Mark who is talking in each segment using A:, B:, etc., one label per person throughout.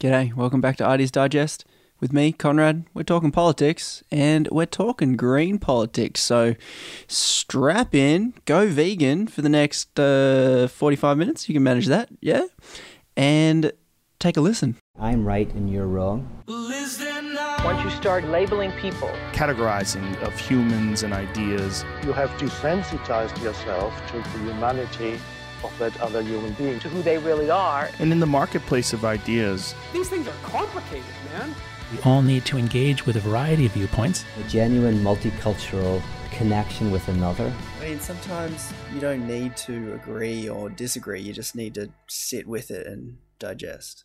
A: G'day, welcome back to Ideas Digest. With me, Conrad, we're talking politics and we're talking green politics. So strap in, go vegan for the next uh, 45 minutes. You can manage that, yeah? And take a listen.
B: I'm right and you're wrong.
C: Once you start labeling people,
D: categorizing of humans and ideas.
E: You have to sensitize yourself to the humanity of that other human being.
C: to who they really are,
D: And in the marketplace of ideas,
F: These things are complicated, man.
G: We all need to engage with a variety of viewpoints.
B: A genuine multicultural connection with another.
A: I mean, sometimes you don't need to agree or disagree, you just need to sit with it and digest.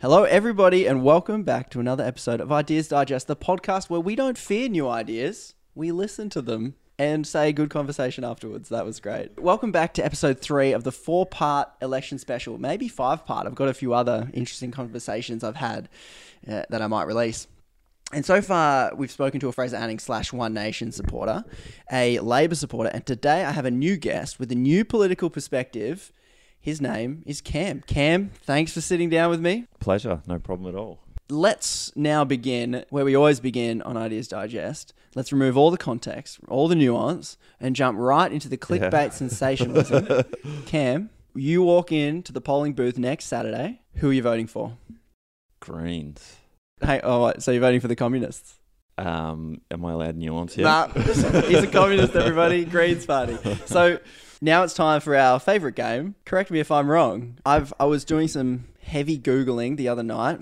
A: Hello, everybody, and welcome back to another episode of Ideas Digest, the podcast where we don't fear new ideas, we listen to them and say good conversation afterwards. That was great. Welcome back to episode three of the four part election special, maybe five part. I've got a few other interesting conversations I've had uh, that I might release. And so far, we've spoken to a Fraser Anning slash One Nation supporter, a Labour supporter, and today I have a new guest with a new political perspective. His name is Cam. Cam, thanks for sitting down with me.
H: Pleasure, no problem at all.
A: Let's now begin where we always begin on Ideas Digest. Let's remove all the context, all the nuance, and jump right into the clickbait sensationalism. Cam, you walk into the polling booth next Saturday. Who are you voting for?
H: Greens.
A: Hey, oh, what, so you're voting for the communists?
H: Um, am I allowed nuance here?
A: Nah, he's a communist, everybody. Greens Party. So now it's time for our favourite game. Correct me if I'm wrong. I've I was doing some heavy googling the other night,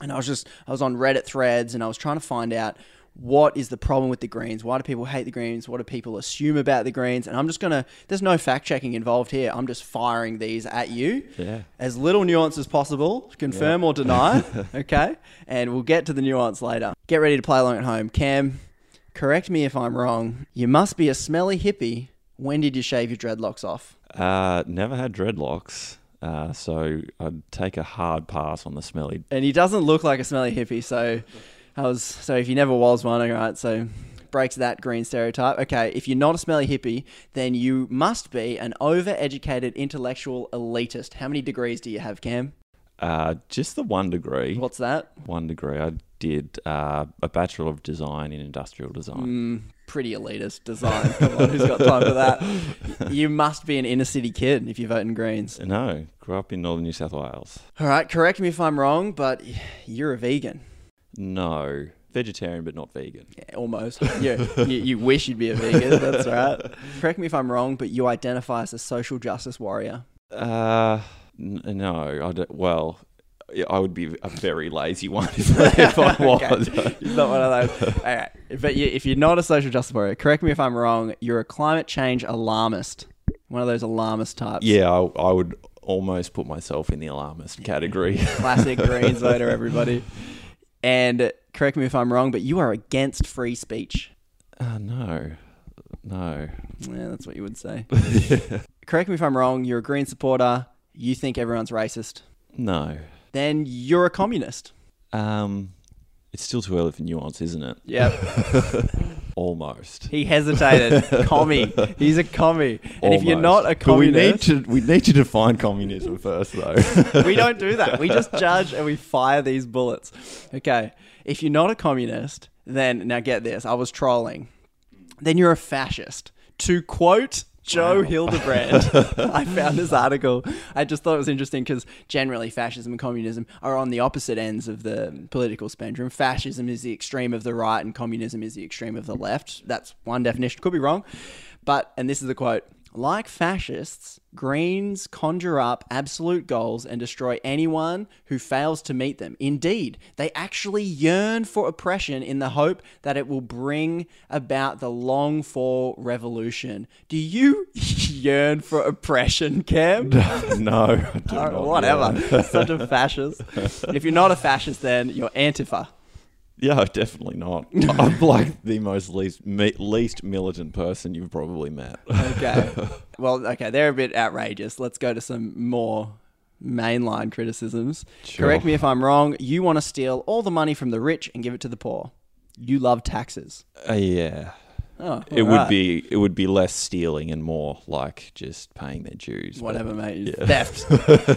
A: and I was just I was on Reddit threads, and I was trying to find out what is the problem with the Greens. Why do people hate the Greens? What do people assume about the Greens? And I'm just gonna. There's no fact checking involved here. I'm just firing these at you.
H: Yeah.
A: As little nuance as possible. Confirm or deny. okay. And we'll get to the nuance later. Get ready to play along at home, Cam. Correct me if I'm wrong. You must be a smelly hippie. When did you shave your dreadlocks off?
H: Uh, never had dreadlocks, uh, so I'd take a hard pass on the smelly.
A: And he doesn't look like a smelly hippie, so I was so if he never was one, all right, so breaks that green stereotype. Okay, if you're not a smelly hippie, then you must be an overeducated intellectual elitist. How many degrees do you have, Cam?
H: Uh, just the one degree.
A: What's that?
H: One degree. I did uh, a Bachelor of Design in Industrial Design.
A: Pretty elitist design. Come on, who's got time for that? You must be an inner city kid if you vote in Greens.
H: No, grew up in Northern New South Wales.
A: All right, correct me if I'm wrong, but you're a vegan.
H: No, vegetarian but not vegan.
A: Oh, Yeah, almost. You, you, you wish you'd be a vegan, that's right. Correct me if I'm wrong, but you identify as a social justice warrior.
H: Uh, n- no, I don't, well, yeah, I would be a very lazy one if, I- if I was.
A: It's not one of those. All right. But you, if you're not a social justice warrior, correct me if I'm wrong, you're a climate change alarmist. One of those alarmist types.
H: Yeah, I, I would almost put myself in the alarmist category.
A: Classic Greens voter, everybody. And correct me if I'm wrong, but you are against free speech.
H: Uh, no, no.
A: Yeah, that's what you would say. Correct me if I'm wrong, you're a Green supporter, you think everyone's racist.
H: No.
A: Then you're a communist.
H: Um, it's still too early for nuance, isn't it?
A: Yep.
H: Almost.
A: He hesitated. commie. He's a commie. And if you're not a
H: But we need
A: communist,
H: to we need to define communism first, though.
A: we don't do that. We just judge and we fire these bullets. Okay. If you're not a communist, then now get this. I was trolling. Then you're a fascist. To quote Joe Hildebrand, I found this article. I just thought it was interesting because generally fascism and communism are on the opposite ends of the political spectrum. Fascism is the extreme of the right, and communism is the extreme of the left. That's one definition. Could be wrong. But, and this is the quote like fascists, Greens conjure up absolute goals and destroy anyone who fails to meet them. Indeed, they actually yearn for oppression in the hope that it will bring about the long for revolution. Do you yearn for oppression, Cam?
H: no, I do
A: All right,
H: not,
A: whatever.
H: Yeah.
A: Such a fascist. if you're not a fascist, then you're Antifa.
H: Yeah, definitely not. I'm like the most least me, least militant person you've probably met.
A: Okay. well, okay, they're a bit outrageous. Let's go to some more mainline criticisms.
H: Sure.
A: Correct me if I'm wrong. You want to steal all the money from the rich and give it to the poor. You love taxes.
H: Uh, yeah,
A: Oh,
H: it
A: all
H: would
A: right.
H: be it would be less stealing and more like just paying their dues. but-
A: whatever, mate. Theft.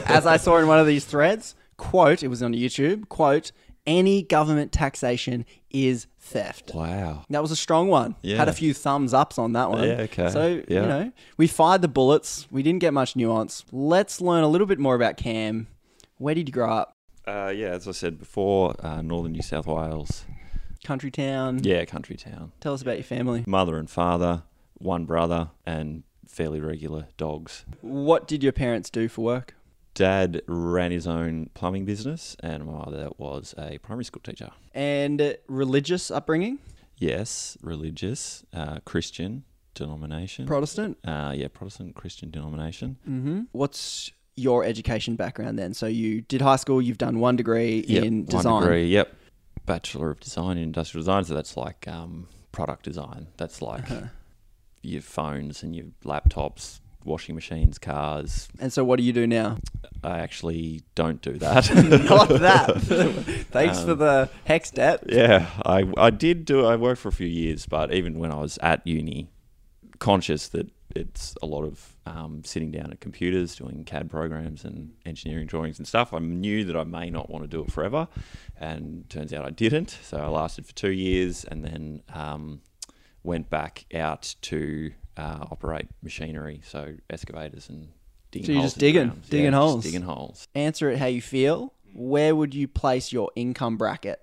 A: As I saw in one of these threads, quote, it was on YouTube, quote, any government taxation is theft.
H: Wow.
A: That was a strong one.
H: Yeah.
A: Had a few thumbs ups on that one.
H: Yeah, okay.
A: So,
H: Yeah.
A: you know, we fired the bullets. We didn't get much nuance. Let's learn a little bit more about Cam. Where did you grow up?
H: Uh, yeah, as I said before, uh, northern New South Wales.
A: Country town?
H: Yeah, country town.
A: Tell us about your family.
H: Mother and father, one brother, and fairly regular dogs.
A: What did your parents do for work?
H: Dad ran his own plumbing business, and my mother was a primary school teacher.
A: And uh, religious upbringing?
H: Yes, religious, uh, Christian denomination.
A: Protestant? Mm-hmm.
H: uh, yeah, Protestant Christian denomination.
A: What's your education background then? So, you did high school, you've done one degree
H: Yep,
A: in
H: one
A: design.
H: degree, yep. Bachelor of Design in Industrial Design. So that's like um, product design. That's like
A: Uh-huh.
H: your phones and your laptops, washing machines, cars.
A: And so, what do you do now?
H: I actually don't do that.
A: Not that. Thanks for the hex debt.
H: yeah, I, I did do I worked for a few years, but even when I was at uni, conscious that it's a lot of um, sitting down at computers doing CAD programs and engineering drawings and stuff. I knew that I may not want to do it forever, and turns out I didn't. So I lasted for two years and then um, went back out to uh, operate machinery, so excavators and digging
A: So you're
H: holes
A: just
H: in the
A: digging-
H: ground.
A: digging
H: just
A: holes.
H: digging holes.
A: Answer it how you feel. Where would you place your income bracket?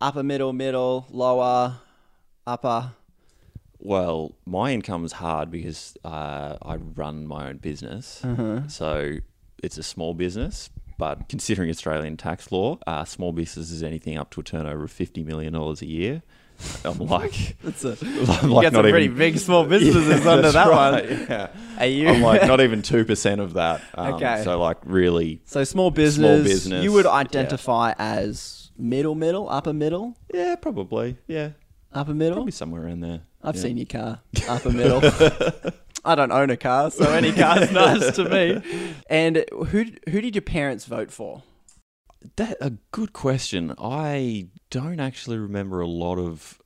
A: Upper middle, middle, lower, upper.
H: Well, my income's hard because uh, I run my own business.
A: Uh-huh.
H: So it's a small business, but considering Australian tax law, uh, small business is anything up to a turnover of $50 million a year. I'm like,
A: That's a,
H: I'm
A: you
H: like
A: got
H: not
A: some pretty
H: even,
A: big small businesses
H: Yeah,
A: under
H: that's
A: that
H: right,
A: one.
H: yeah.
A: Are you?
H: I'm like not even 2% of that. Um,
A: Okay.
H: So like really,
A: so small business,
H: business,
A: You would
H: yeah.
A: identify as middle, middle, upper middle,
H: yeah, probably. Yeah.
A: upper middle.
H: Probably somewhere around there.
A: I've
H: Yeah.
A: seen your car, upper middle. I don't own a car, so any car's nice to me. And who who did your parents vote for?
H: That a good question. I don't actually remember a lot of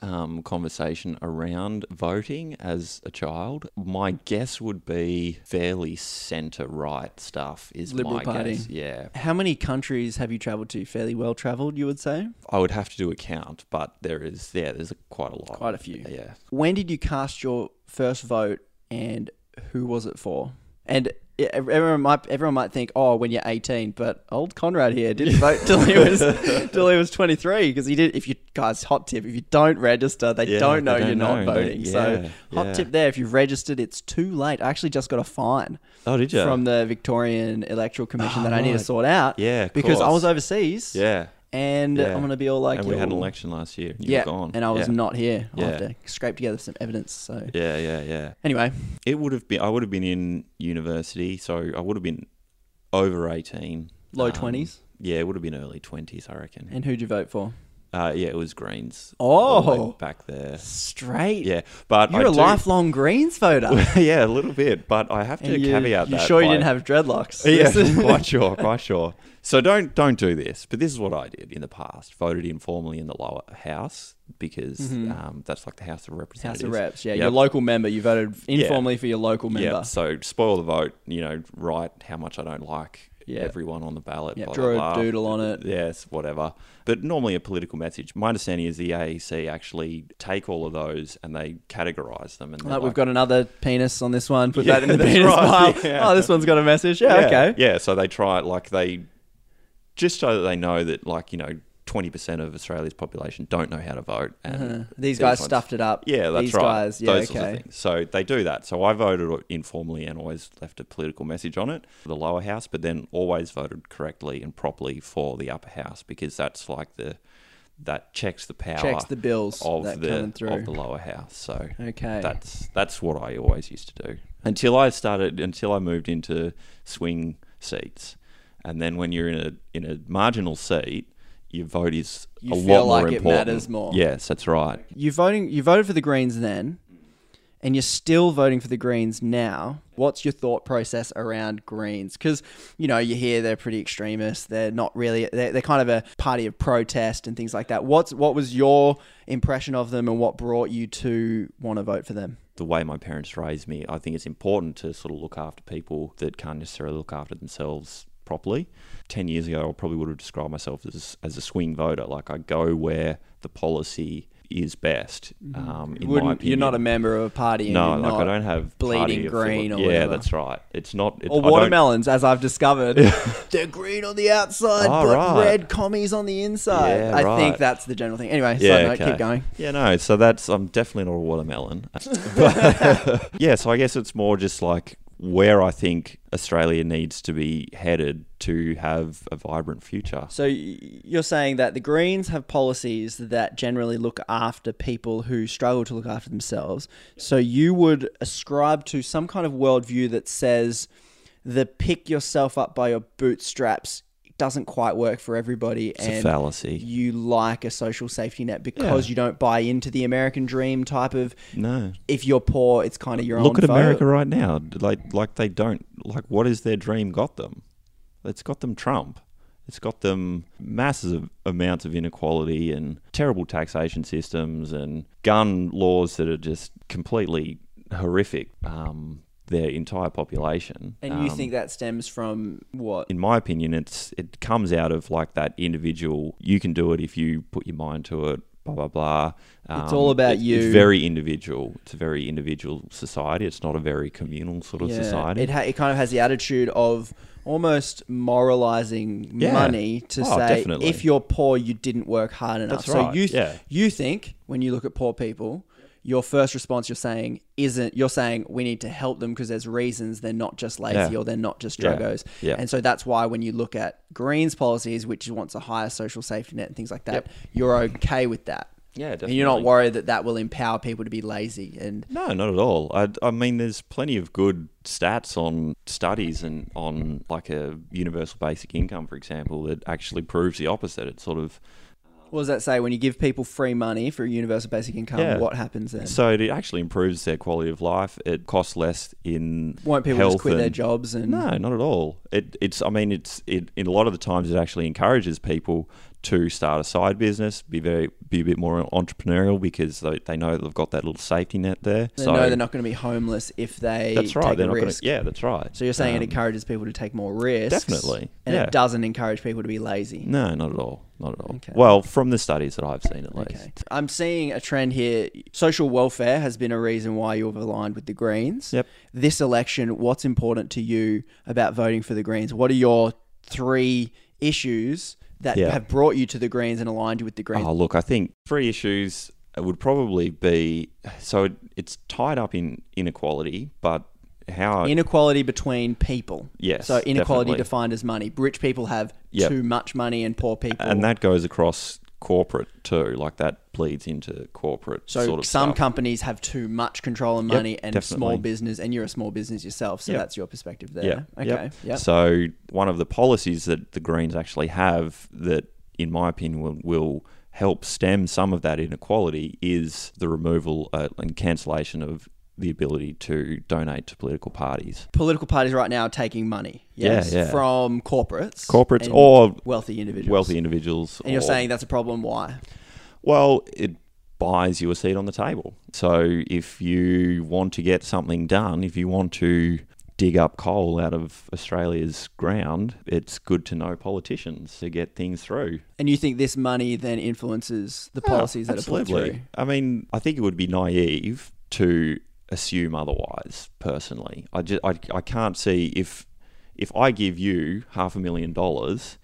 H: um, conversation around voting as a child. My guess would be fairly centre right stuff. Is
A: Liberal
H: my
A: Party.
H: guess? Yeah,
A: How many countries have you traveled to? Fairly well traveled, you would say.
H: I would have to do a count, but there is yeah, there's a, quite a lot.
A: Quite a few.
H: Yeah.
A: When did you cast your first vote, and who was it for? And e- everyone might everyone might think, oh, when you're 18, but old Conrad here didn't vote till he was till he was 23 because he did. If you guys, hot tip, if you don't register, they
H: Yeah,
A: don't know
H: they don't
A: you're not
H: know. They-
A: voting. so
H: yeah,
A: hot
H: yeah.
A: tip there, if you've registered, it's too late. I actually just got a fine.
H: Oh, did you?
A: From the Victorian Electoral Commission
H: Oh,
A: that I need to
H: right.
A: sort out.
H: Yeah, of
A: because I
H: course.
A: was overseas.
H: yeah.
A: and
H: yeah.
A: I'm gonna be all like,
H: and we had an
A: "Yo."
H: election last year. and You
A: Yeah,
H: were gone.
A: and I was
H: Yeah.
A: not here. I have
H: Yeah.
A: to scrape together some evidence. So
H: Yeah, yeah, yeah.
A: anyway,
H: It would have been. I would have been in university, so I would have been over eighteen.
A: Low
H: Um,
A: 20s?
H: Yeah, it would have been early twenties, I reckon.
A: and who'd you vote for?
H: uh, yeah, it was Greens.
A: Oh.
H: All the way back there.
A: Straight.
H: Yeah, but
A: you're
H: I
A: a
H: do-
A: lifelong Greens voter.
H: yeah, a little bit, but I have to
A: And you,
H: caveat
A: you
H: that.
A: sure you
H: by-
A: didn't have dreadlocks? This is-
H: Yeah, quite sure, quite sure. So don't don't do this. But this is what I did in the past. Voted informally in the lower house because um, that's like the House of
A: Mm-hmm. House
H: Representatives.
A: of Reps. Yeah,
H: Yep.
A: your local member. You voted informally for your local member.
H: Yeah, so spoil the vote. You know, write how much I don't like
A: Yeah.
H: everyone on the ballot.
A: Yeah,
H: blah,
A: draw a
H: blah, blah.
A: doodle on it.
H: Yes, whatever. But normally a political message. My understanding is the AEC actually take all of those and they categorize them. And
A: Like,
H: they're
A: we've got another penis on this one. Put
H: Yeah,
A: that in the
H: that's
A: penis pile.
H: right, yeah.
A: Oh, this one's got a message. Yeah, okay.
H: Yeah, so they try it like they just so that they know that like you know. 20% of Australia's population don't know how to vote. And
A: Uh-huh. These guys
H: ones-
A: stuffed it up.
H: Yeah, that's
A: These
H: right.
A: guys, yeah,
H: Those sorts
A: okay.
H: of things. So they do that. So I voted informally and always left a political message on it for the lower house, but then always voted correctly and properly for the upper house because that's like the that checks the power
A: Checks the bills
H: of
A: that
H: the
A: coming through.
H: of the lower house. So
A: Okay.
H: that's that's what I always used to do until I started until I moved into swing seats, and then when you're in a in a marginal seat. Your vote is
A: You
H: a
A: feel
H: lot more
A: like it
H: important.
A: matters more.
H: Yes, that's right.
A: you voting you voted for the Greens then, and you're still voting for the Greens now. What's your thought process around Greens? Because you know you hear they're pretty extremist. They're not really. They're, they're kind of a party of protest and things like that. What's what was your impression of them, and what brought you to want to vote for them?
H: the way my parents raised me, I think it's important to sort of look after people that can't necessarily look after themselves properly. 10 years ago, I probably would have described myself as, as a swing voter. Like, I go where the policy is best. Um, in my
A: Mm-hmm. Wouldn't,
H: opinion.
A: you're not a member of a party. And
H: No,
A: you're
H: like,
A: not
H: I don't have.
A: bleeding
H: party
A: green or
H: affili- Yeah,
A: whatever.
H: that's right. It's not. It,
A: Or
H: I don't-
A: watermelons, as I've discovered. They're green on the outside,
H: Oh,
A: but
H: right.
A: red commies on the inside.
H: Yeah,
A: I think
H: right.
A: that's the general thing. Anyway,
H: Yeah,
A: side note,
H: okay.
A: keep going.
H: Yeah, no. So that's I'm definitely not a watermelon. But- yeah, so I guess it's more just like where I think Australia needs to be headed to have a vibrant future.
A: So y- you're saying that the Greens have policies that generally look after people who struggle to look after themselves. So you would ascribe to some kind of worldview that says the pick yourself up by your bootstraps doesn't quite work for everybody
H: It's
A: and
H: a fallacy.
A: you like a social safety net because
H: Yeah.
A: you don't buy into the American dream type of
H: No.
A: if you're poor it's kind of your own
H: Look at
A: fault.
H: America right now. Like like they don't like what is their dream got them? It's got them Trump. It's got them massive amounts of inequality and terrible taxation systems and gun laws that are just completely horrific. Um, their entire population.
A: and you
H: Um,
A: think that stems from what
H: in my opinion, it's it comes out of like that individual. You can do it if you put your mind to it. Blah blah blah. Um,
A: It's all about you.
H: It's very individual. It's a very individual society. It's not a very communal sort of
A: Yeah,
H: society.
A: It, ha- it kind of has the attitude of almost moralizing
H: Yeah.
A: money to
H: Oh,
A: say
H: definitely.
A: if you're poor, you didn't work hard enough.
H: That's
A: so
H: right,
A: you th-
H: yeah.
A: you think when you look at poor people, your first response you're saying isn't you're saying we need to help them because there's reasons they're not just lazy
H: Yeah.
A: or they're not just
H: Yeah,
A: drugos.
H: yeah.
A: And so that's why when you look at Green's policies, which wants a higher social safety net and things like that, you're okay with that.
H: Yeah,
A: And you're not
H: definitely.
A: worried that that will empower people to be lazy and
H: no, not at all. I, I mean, there's plenty of good stats on studies and on like a universal basic income, for example, that actually proves the opposite. It's sort of
A: What does that say? When you give people free money for a universal basic income,
H: Yeah.
A: what happens then?
H: so it actually improves their quality of life. It costs less in
A: Won't people
H: health
A: just quit their
H: and-
A: jobs and
H: No, not at all. It, it's. I mean, it's. It, in a lot of the times, it actually encourages people to start a side business, be very, be a bit more entrepreneurial because they, they know they've got that little safety net there.
A: they
H: so
A: know they're not going to be homeless if they
H: that's right.
A: take
H: They're
A: a
H: not going
A: risk?
H: to. Yeah, that's right.
A: So you're saying it
H: Um,
A: encourages people to take more risks?
H: definitely,
A: And
H: yeah.
A: it doesn't encourage people to be lazy.
H: No, not at all. Not at all.
A: Okay.
H: Well, from the studies that I've seen, at least.
A: Okay. I'm seeing a trend here. Social welfare has been a reason why you've aligned with the Greens.
H: Yep.
A: This election, what's important to you about voting for the Greens? What are your three issues that
H: Yeah.
A: have brought you to the Greens and aligned you with the Greens?
H: Oh, look, I think three issues would probably be so it, it's tied up in inequality, but how
A: inequality between people.
H: Uh, Yes,
A: So inequality
H: definitely.
A: defined as money. Rich people have
H: Yep.
A: too much money, and poor people.
H: and that goes across corporate too. Like that bleeds into corporate.
A: so
H: sort of
A: some
H: stuff.
A: companies have too much control and money, and small
H: definitely.
A: business, and you're a small business yourself. So
H: Yep.
A: that's your perspective there.
H: Yeah.
A: Okay. Yeah.
H: So one of the policies that the Greens actually have that, in my opinion, will, will help stem some of that inequality is the removal uh, and cancellation of the ability to donate to political parties.
A: Political parties right now are taking money.
H: Yeah,
A: Yes.
H: yeah.
A: From corporates.
H: Corporates
A: and
H: or
A: wealthy individuals.
H: Wealthy individuals.
A: And you're
H: or-
A: saying that's a problem. Why?
H: Well, it buys you a seat on the table. So if you want to get something done, if you want to dig up coal out of Australia's ground, it's good to know politicians to get things through.
A: And you think this money then influences
H: Ah,
A: the policies that are put through?
H: I mean, I think it would be naive to assume otherwise. Personally, I just I, I can't see if if I give you half a million dollars,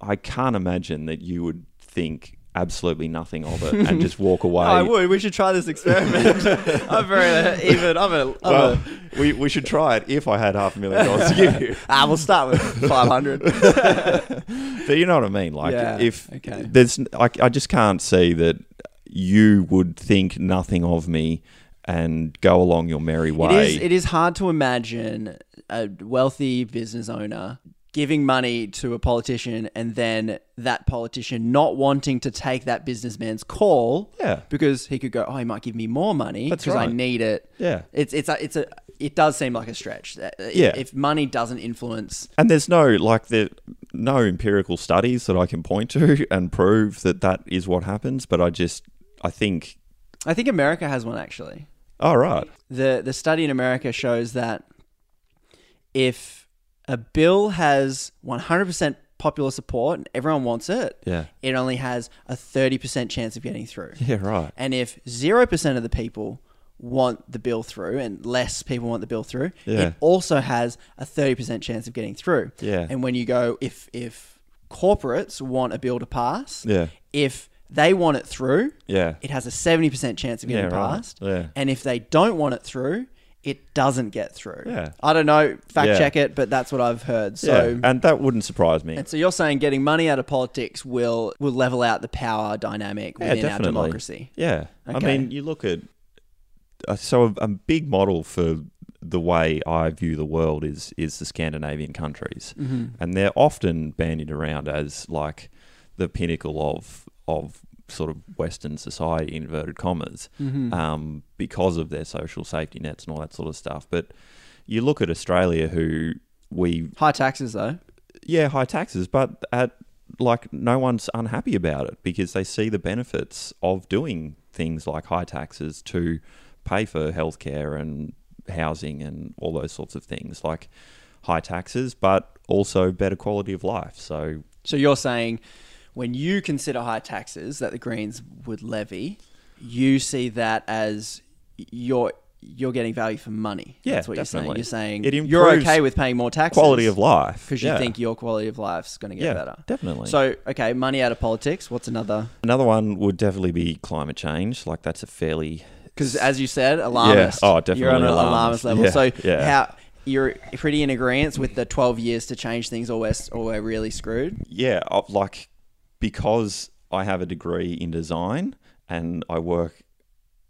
H: I can't imagine that you would think absolutely nothing of it and just walk away.
A: I would. We should try this experiment. I'm very even. I'm a. I'm a
H: Well, we, we should try it if I had half a million dollars to give you.
A: Ah, we'll start with 500.
H: But you know what I mean? Like,
A: Yeah,
H: if
A: okay.
H: there's, I, I just can't see that you would think nothing of me and go along your merry
A: it,
H: way.
A: is, it is hard to imagine a wealthy business owner giving money to a politician and then that politician not wanting to take that businessman's call
H: Yeah.
A: because he could go, oh, he might give me more money
H: That's
A: because I
H: right.
A: need it.
H: Yeah.
A: It's, it's, a, it's a, it does seem like a stretch. Uh, if-
H: Yeah.
A: If money doesn't influence
H: and there's no like there no empirical studies that I can point to and prove that that is what happens. But I just I think
A: I think America has one actually.
H: all right,
A: The the study in America shows that if a bill has 100% popular support and everyone wants it,
H: Yeah.
A: it only has a 30% chance of getting through.
H: Yeah, right.
A: And if 0% of the people want the bill through and less people want the bill through,
H: Yeah.
A: it also has a 30% chance of getting through.
H: Yeah.
A: And when you go if if corporates want a bill to pass,
H: Yeah.
A: if they want it through,
H: Yeah.
A: it has a 70% chance of getting
H: Yeah, right.
A: passed.
H: Yeah.
A: And if they don't want it through, it doesn't get through.
H: Yeah.
A: I don't know, fact
H: Yeah.
A: check it, but that's what I've heard. So
H: yeah, and that wouldn't surprise me.
A: and so you're saying getting money out of politics will will level out the power dynamic
H: yeah,
A: within
H: definitely.
A: our democracy.
H: Yeah, I
A: Okay.
H: mean, you look at uh, so a, a big model for the way I view the world is is the Scandinavian countries, and they're often bandied around as like the pinnacle of of sort of Western society, inverted commas, um, because of their social safety nets and all that sort of stuff. But you look at Australia, who we
A: High taxes though.
H: yeah, high taxes, but at like no one's unhappy about it because they see the benefits of doing things like high taxes to pay for healthcare and housing and all those sorts of things. Like high taxes, but also better quality of life. So
A: So you're saying when you consider high taxes that the Greens would levy, you see that as you're you're getting value for money.
H: yeah,
A: That's what
H: definitely.
A: you're saying. You're
H: It
A: saying you're
H: improves
A: okay with paying more taxes.
H: quality of life
A: Because you
H: Yeah.
A: think your quality of life's going to get
H: Yeah,
A: better.
H: definitely.
A: So, okay, money out of politics. What's another?
H: another one would definitely be climate change. Like that's a fairly
A: Because as you said, alarmist.
H: Oh, definitely
A: You're on an alarmist,
H: alarmist.
A: level.
H: Yeah,
A: so
H: yeah.
A: how you're pretty in agreement with the 12 years to change things, or we're, or we're really screwed.
H: yeah, I- like because I have a degree in design and I work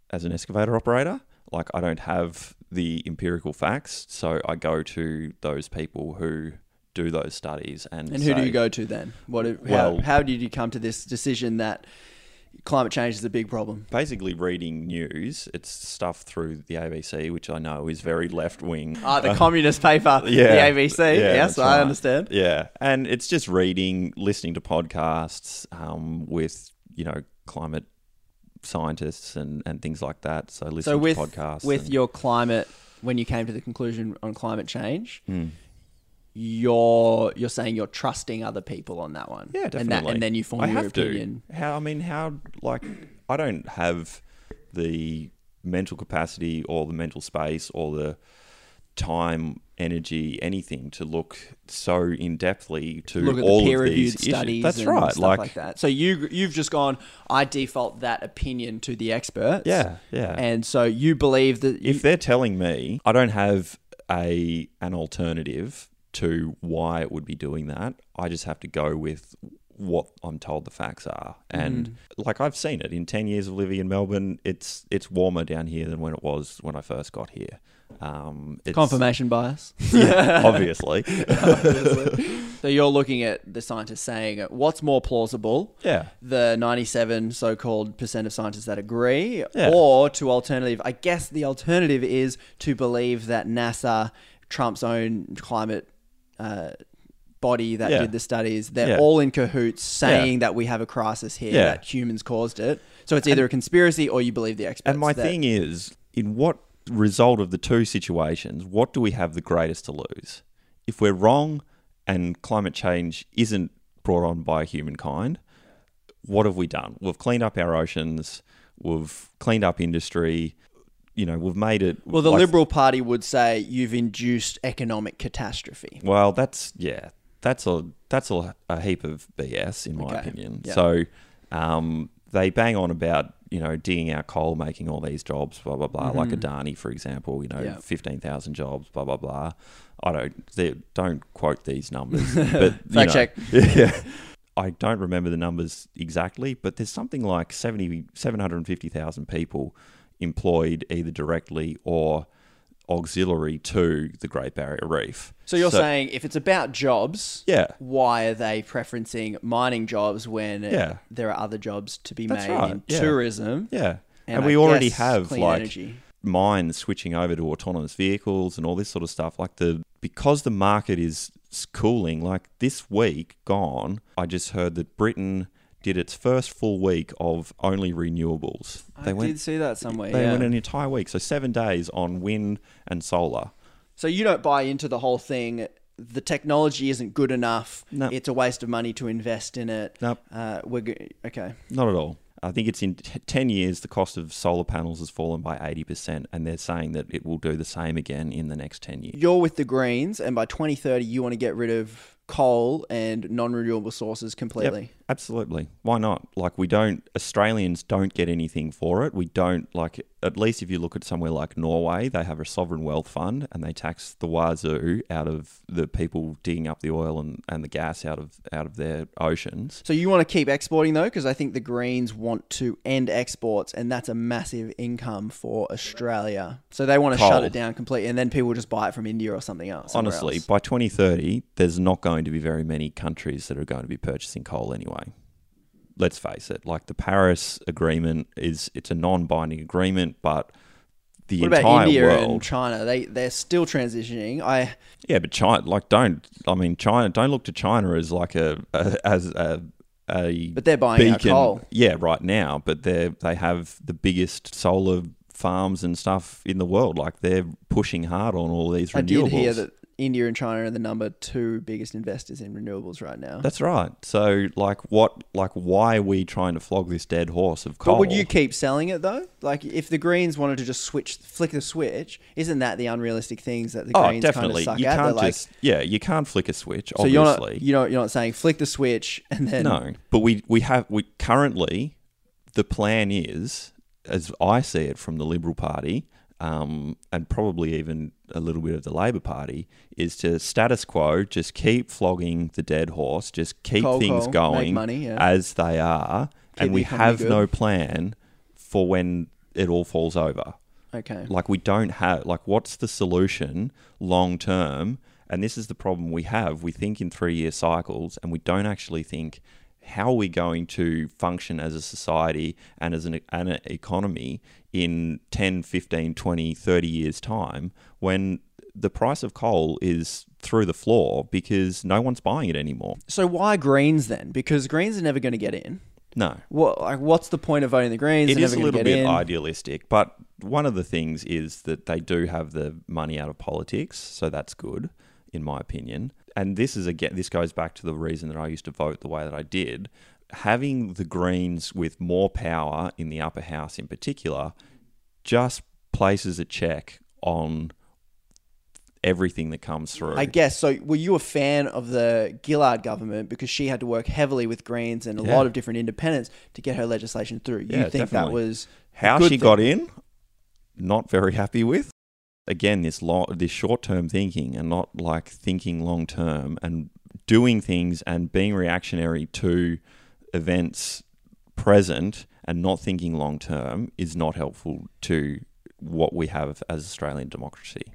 H: as an excavator operator, like I don't have the empirical facts, so I go to those people who do those studies and
A: And who do
H: say-
A: you go to then? What? How,
H: Well-
A: how did you come to this decision that climate change is a big problem?
H: Basically, reading news, it's stuff through the ABC, which I know is very left wing.
A: Ah, the communist paper,
H: Uh, yeah,
A: the ABC.
H: yeah,
A: yes,
H: that's
A: I
H: right.
A: understand.
H: Yeah, and it's just reading, listening to podcasts um, with you know climate scientists and, and things like that. So listening
A: So with
H: to podcasts
A: with
H: and-
A: your climate, when you came to the conclusion on climate change,
H: Hmm.
A: you're you're saying you're trusting other people on that one.
H: yeah
A: And,
H: definitely.
A: that, and then you form
H: I
A: your
H: have
A: opinion.
H: To. How I mean how like I don't have the mental capacity or the mental space or the time, energy, anything to look so in depthly to
A: Look at the
H: all of these
A: peer-reviewed
H: issues.
A: studies.
H: That's
A: and
H: right.
A: Stuff like, that. So you you've just gone. I default that opinion to the experts.
H: Yeah, yeah.
A: And so you believe that you-
H: if they're telling me I don't have a an alternative to why it would be doing that, I just have to go with what I'm told the facts are. And like I've seen it in ten years of living in Melbourne, it's it's warmer down here than when it was when I first got here. Um, it's,
A: confirmation bias.
H: obviously.
A: So you're looking at the scientists saying what's more plausible?
H: Yeah.
A: The 97 so-called percent of scientists that agree
H: Yeah.
A: or to alternative I guess the alternative is to believe that NASA Trump's own climate uh, body that
H: Yeah.
A: did the studies they're
H: Yeah.
A: all in cahoots saying that we have a crisis here
H: Yeah.
A: that humans caused it. So it's either a conspiracy or you believe the experts.
H: And my
A: that-
H: thing is, in what result of the two situations, what do we have the greatest to lose? If we're wrong and climate change isn't brought on by humankind, what have we done? We've cleaned up our oceans, we've cleaned up industry, you know, we've made it.
A: well the
H: like-
A: Liberal Party would say you've induced economic catastrophe.
H: Well, that's yeah, that's a that's a, a heap of BS in my
A: Okay.
H: opinion.
A: Yeah.
H: So um, they bang on about you know digging out coal, making all these jobs, blah blah blah. Like Adani, for example, you know
A: Mm-hmm. Yeah.
H: fifteen thousand jobs, blah blah blah. I don't they don't quote these numbers, but you
A: Fact
H: know,
A: check.
H: Yeah. I don't remember the numbers exactly, but there's something like 70, 750,000 people employed either directly or auxiliary to the Great Barrier Reef.
A: So you're saying if it's about jobs,
H: Yeah.
A: why are they preferencing mining jobs when
H: Yeah.
A: there are other jobs to be
H: That's
A: made
H: right,
A: in
H: yeah.
A: tourism?
H: Yeah. And,
A: I
H: we already
A: guess
H: have
A: clean
H: like
A: energy.
H: mines switching over to autonomous vehicles and all this sort of stuff. Like the because the market is s- cooling, like this week gone, I just heard that Britain did its first full week of only renewables.
A: I did see that somewhere.
H: They
A: yeah.
H: went an entire week, so seven days on wind and solar.
A: so you don't buy into the whole thing the technology isn't good enough.
H: No.
A: It's a waste of money to invest in it.
H: Nope.
A: Uh, we're go- okay.
H: Not at all. I think it's in t- 10 years, the cost of solar panels has fallen by 80%, and they're saying that it will do the same again in the next 10 years.
A: You're with the Greens, and by 2030, you want to get rid of coal and non-renewable sources completely.
H: Yep, absolutely. Why not? Like, we don't, Australians don't get anything for it. We don't, like, at least if you look at somewhere like Norway, they have a sovereign wealth fund and they tax the wazoo out of the people digging up the oil and, and the gas out of, out of their oceans.
A: So you want to keep exporting though, because I think the Greens want to end exports, and that's a massive income for Australia. So they want to shut
H: Coal.
A: it down completely, and then people will just buy it from India or something else. somewhere
H: Honestly,
A: else.
H: by 2030, there's not going to be very many countries that are going to be purchasing coal anyway. Let's face it. Like the Paris Agreement is, it's a non-binding agreement, but the
A: what about
H: entire
A: India and
H: world.
A: China? They they're still transitioning. I
H: Yeah, but China, like, don't. I mean, China. Don't look to China as like a, a as a a.
A: But they're buying our
H: beacon.
A: coal.
H: Yeah, right now, but they they have the biggest solar farms and stuff in the world. Like they're pushing hard on all these renewables.
A: I did hear that India and China are the number two biggest investors in renewables right now.
H: That's right. So, like, what, like, why are we trying to flog this dead horse of coal?
A: but would you keep selling it though? Like, if the Greens wanted to just switch, flick the switch, isn't that the unrealistic things that the
H: Oh,
A: Greens kind of
H: definitely.
A: suck
H: You
A: at? They're
H: can't
A: like,
H: just, yeah, you can't flick a switch.
A: so
H: obviously,
A: you're not, you know, you're not saying flick the switch and then
H: No, but we we have we currently the plan is, as I see it from the Liberal Party, um, and probably even a little bit of the Labor Party, is to status quo, just keep flogging the dead horse, just keep
A: Coal, coal,
H: things
A: make
H: going
A: money, yeah.
H: as they are,
A: Keep the
H: and we
A: economy
H: have
A: good.
H: no plan for when it all falls over
A: Okay.
H: like we don't have like what's the solution long term and this is the problem we have we think in three year cycles and we don't actually think how are we going to function as a society and as an, and an economy in 10 15 20 30 years time when the price of coal is through the floor because no one's buying it anymore
A: So why Greens then? Because Greens are never going to get in.
H: no
A: What like what's the point of voting the Greens?
H: It
A: They're
H: is a
A: never gonna
H: little
A: get
H: bit
A: in.
H: idealistic, but one of the things is that they do have the money out of politics, so that's good, in my opinion. And this is again, this goes back to the reason that I used to vote the way that I did. Having the Greens with more power in the upper house, in particular, just places a check on everything that comes through.
A: I guess. So were you a fan of the Gillard government because she had to work heavily with Greens and a
H: Yeah.
A: lot of different independents to get her legislation through? You
H: Yeah,
A: think that
H: definitely.
A: was a
H: How
A: good
H: she got
A: thing?
H: in, not very happy with. Again, this long, this short term thinking, and not like thinking long term, and doing things and being reactionary to events present, and not thinking long term is not helpful to what we have as Australian democracy.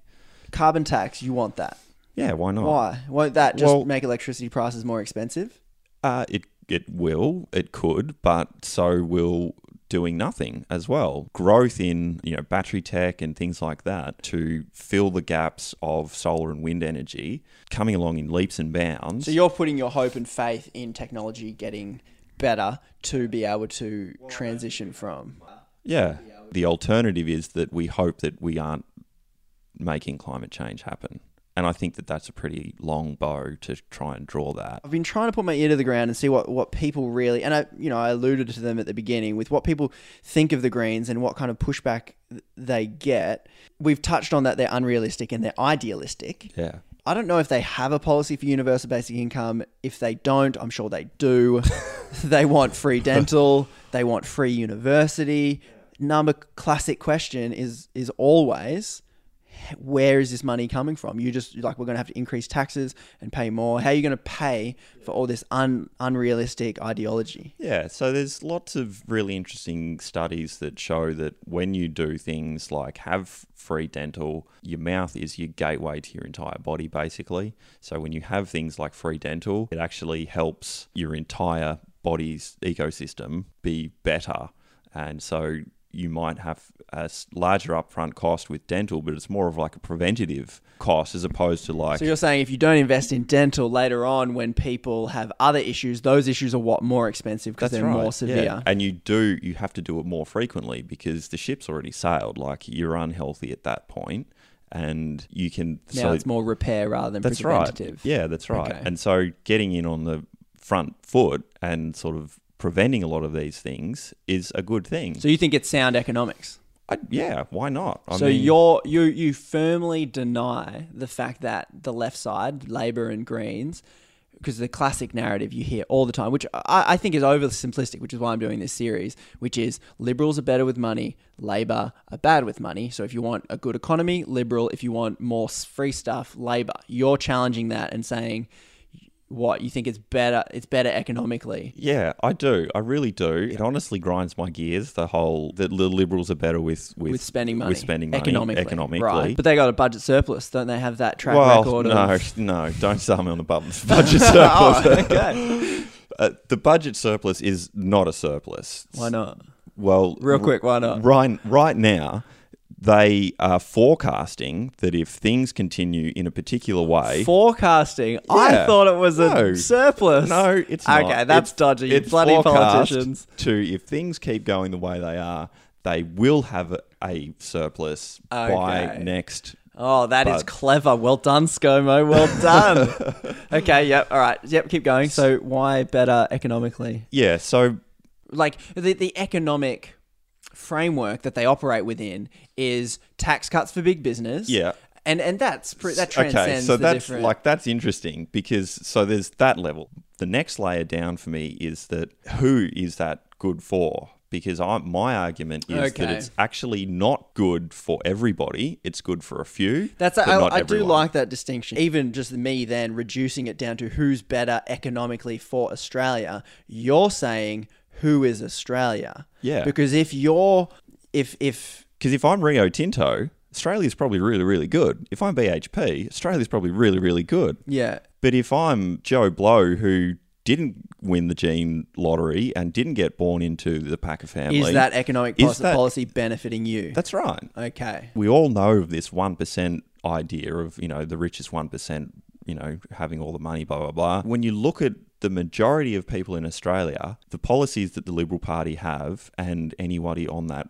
A: Carbon tax, you want that.
H: Yeah, why not?
A: Why? Won't that just
H: Oh. Well-
A: make electricity prices more expensive?
H: Uh, it it will, it could, but so will doing nothing as well. Growth in you know battery tech and things like that to fill the gaps of solar and wind energy coming along in leaps and bounds.
A: So you're putting your hope and faith in technology getting better to be able to transition from.
H: yeah, the alternative is that we hope that we aren't making climate change happen, and I think that that's a pretty long bow to try and draw that.
A: I've been trying to put my ear to the ground and see what, what people really and I you know I alluded to them at the beginning with what people think of the Greens and what kind of pushback th- they get. We've touched on that they're unrealistic and they're idealistic.
H: Yeah.
A: I don't know if they have a policy for universal basic income. If they don't, I'm sure they do. they want free dental. They want free university. Number classic question is is always where is this money coming from? You just like we're going to have to increase taxes and pay more. How are you going to pay for all this un, unrealistic ideology?
H: Yeah, so there's lots of really interesting studies that show that when you do things like have free dental, your mouth is your gateway to your entire body, basically. So when you have things like free dental, it actually helps your entire body's ecosystem be better. And so you might have a s- larger upfront cost with dental, but it's more of like a preventative cost as opposed to like.
A: So you're saying if you don't invest in dental later on when people have other issues, those issues are what more expensive because they're more
H: yeah.
A: severe.
H: And you do you have to do it more frequently because the ship's already sailed. Like you're unhealthy at that point, and you can
A: Now
H: so
A: it's more repair rather than
H: that's right.
A: preventative.
H: Yeah, that's right.
A: Okay.
H: And so getting in on the front foot and sort of preventing a lot of these things is a good thing.
A: So you think it's sound economics?
H: I, yeah, why not? I
A: so
H: mean,
A: you're you you firmly deny the fact that the left side, Labor and Greens, because the classic narrative you hear all the time, which I, I think is oversimplistic, which is why I'm doing this series, which is liberals are better with money, Labor are bad with money. So if you want a good economy, liberal. If you want more s- free stuff, Labor. You're challenging that and saying what you think it's better. It's better economically.
H: Yeah, I do. I really do. It honestly grinds my gears. The whole that the liberals are better with with,
A: with spending money,
H: with spending money
A: economically,
H: economically.
A: right? But they got a budget surplus, don't they? Have that track
H: well,
A: record?
H: no,
A: of,
H: no, don't sell me on the budget budget surplus.
A: okay.
H: Uh, the budget surplus is not a surplus.
A: Why not?
H: Well,
A: Real quick, why not?
H: Right, right now, they are forecasting that if things continue in a particular way,
A: Forecasting. I
H: Yeah.
A: thought it was a
H: No.
A: surplus.
H: No, it's
A: okay.
H: not.
A: That's
H: It's-
A: dodgy. You
H: it's
A: bloody
H: forecast
A: politicians.
H: To if things keep going the way they are, they will have a, a surplus by
A: Okay.
H: next.
A: Oh, that is
H: But-
A: clever. Well done, ScoMo. Well done. okay. Yep. All right. Yep. Keep going. So, why better economically?
H: Yeah, so
A: like the, the economic framework that they operate within is tax cuts for big business.
H: Yeah.
A: And and that's pre- that transcends
H: okay, so
A: the
H: that's
A: different.
H: like that's interesting because so there's that level. The next layer down for me is that who is that good for? Because I, my argument is that
A: Okay.
H: it's actually not good for everybody. It's good for a few.
A: that's
H: but
A: I,
H: not
A: I do
H: everyone.
A: like that distinction. Even just me then reducing it down to who's better economically for Australia. You're saying who is Australia?
H: Yeah.
A: Because if you're if if
H: Because if I'm Rio Tinto, Australia's probably really, really good. If I'm BHP, Australia's probably really, really good.
A: yeah
H: But if I'm Joe Blow, who didn't win the gene lottery and didn't get born into the Packer family,
A: is that economic
H: is
A: policy,
H: that-
A: policy benefiting you?
H: That's right.
A: okay.
H: We all know of this one percent idea of you know the richest one percent, you know, having all the money, blah blah blah. When you look at the majority of people in Australia, the policies that the Liberal Party have, and anybody on that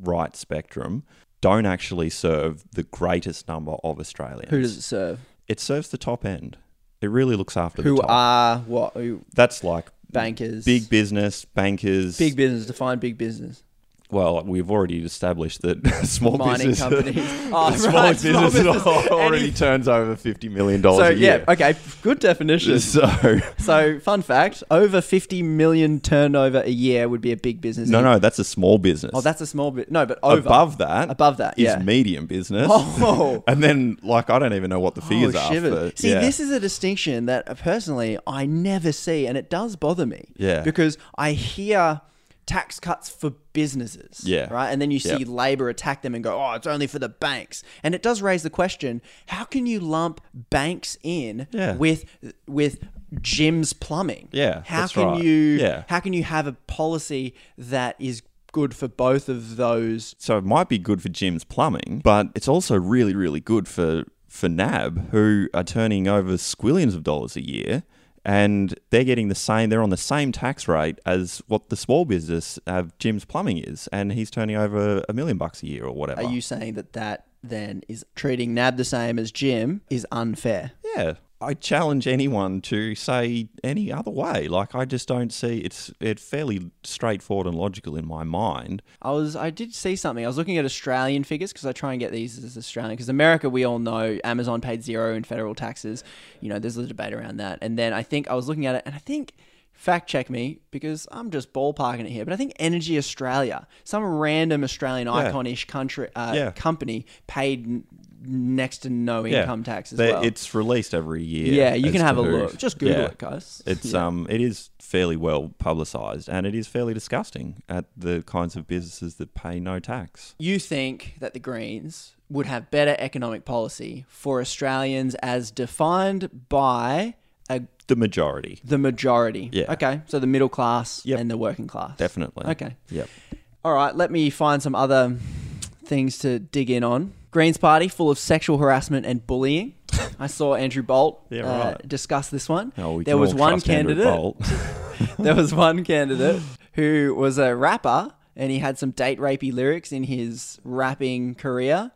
H: right spectrum, don't actually serve the greatest number of Australians.
A: Who does it serve?
H: it serves the top end. It really looks after
A: Who
H: the top.
A: are what? Who,
H: That's like
A: bankers.
H: big business, bankers.
A: big business. Define big business.
H: well, we've already established that small
A: mining
H: business
A: companies. Oh,
H: small
A: right,
H: business,
A: small business.
H: already
A: Any-
H: turns over fifty million dollars.
A: So
H: a
A: yeah,
H: year.
A: okay, good definition.
H: So
A: So fun fact: over fifty million turnover a year would be a big business.
H: no, no, that's a small business.
A: Oh, that's a small bit. No, but over
H: above that.
A: Above that,
H: is
A: yeah.
H: medium business.
A: Oh.
H: and then like I don't even know what the figures
A: Oh,
H: are.
A: shivers.
H: for-
A: See,
H: yeah.
A: this is a distinction that uh, personally I never see, and it does bother me.
H: Yeah.
A: Because I hear tax cuts for businesses.
H: Yeah.
A: Right. And then you see
H: Yeah.
A: Labor attack them and go, oh, it's only for the banks. And it does raise the question how can you lump banks in
H: Yeah.
A: with, with, Jim's plumbing.
H: Yeah,
A: How
H: that's
A: can
H: right.
A: you
H: Yeah.
A: how can you have a policy that is good for both of those
H: so it might be good for Jim's plumbing, but it's also really, really good for for NAB, who are turning over squillions of dollars a year, and they're getting the same. They're on the same tax rate as what the small business of Jim's plumbing is, and he's turning over a million bucks a year or whatever.
A: Are you saying that that then is treating Nab the same as Jim is unfair?
H: yeah. I challenge anyone to say any other way. Like I just don't see it's it's fairly straightforward and logical in my mind.
A: I was I did see something. I was looking at Australian figures because I try and get these as Australian because America we all know Amazon paid zero in federal taxes. You know, there's a debate around that. And then I think I was looking at it and I think fact check me because I'm just ballparking it here, but I think Energy Australia, some random Australian iconish country uh,
H: Yeah.
A: company paid n- next to no income tax as
H: They-
A: well.
H: It's released every year.
A: Yeah, you
H: as
A: can have
H: to
A: a
H: who-
A: look. Just Google it, guys.
H: It's um, it is fairly well publicized, and it is fairly disgusting at the kinds of businesses that pay no tax.
A: you think that the Greens would have better economic policy for Australians as defined by a,
H: The majority,
A: the majority.
H: Yeah.
A: Okay. So the middle class
H: Yep.
A: and the working class.
H: definitely.
A: Okay.
H: Yep.
A: All right. Let me find some other things to dig in on. Greens Party full of sexual harassment and bullying. I saw Andrew Bolt
H: Yeah,
A: uh,
H: right.
A: discuss this one.
H: Oh, we
A: there
H: can
A: was
H: all
A: one
H: trust Andrew
A: candidate.
H: Bolt.
A: there was one candidate who was a rapper and he had some date rapey lyrics in his rapping career.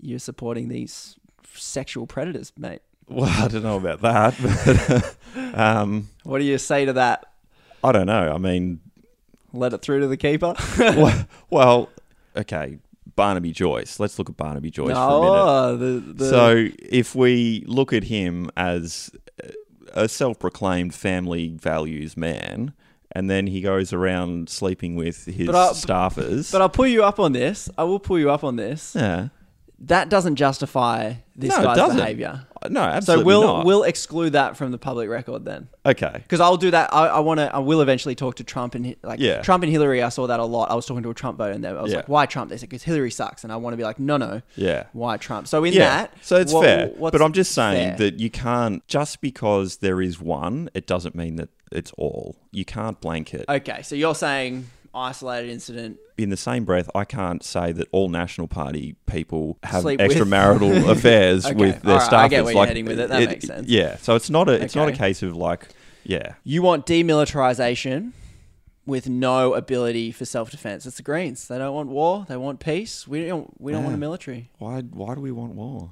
A: you're supporting these sexual predators, mate.
H: Well, I don't know about that, but um,
A: What do you say to that?
H: I don't know. I mean,
A: Let it through to the keeper.
H: well, well, okay, Barnaby Joyce. Let's look at Barnaby Joyce for a minute.
A: oh, the, the
H: So, if we look at him as a self proclaimed family values man, and then he goes around sleeping with his
A: But I-
H: staffers.
A: But I'll pull you up on this. I will pull you up on this.
H: yeah.
A: That doesn't justify this
H: No, it
A: guy's
H: doesn't.
A: behavior.
H: No,
A: So
H: absolutely
A: we'll
H: not.
A: we'll exclude that from the public record then.
H: okay.
A: Because I'll do that. I, I want to. I will eventually talk to Trump and Hi- like
H: Yeah.
A: Trump and Hillary. I saw that a lot. I was talking to a Trump voter, and they- I was
H: Yeah.
A: like, "Why Trump?" They said, "Because Hillary sucks," and I want to be like, "No, no,
H: Yeah.
A: why Trump?" So in
H: Yeah,
A: that,
H: so it's
A: what-
H: fair.
A: what's
H: But I'm just saying
A: fair?
H: that you can't just because there is one, it doesn't mean that it's all. You can't blanket.
A: Okay, so you're saying isolated incident.
H: In the same breath, I can't say that all National Party people have
A: Sleep with-
H: extramarital affairs
A: Okay,
H: with their
A: all right,
H: staff.
A: I get where you're heading with it. That makes sense.
H: Yeah, so it's not a it's not a
A: Okay.
H: case of like yeah
A: You want demilitarization with no ability for self defense. It's the Greens. They don't want war. They want peace. We don't. We don't want a
H: Yeah.
A: military.
H: why why do we want war?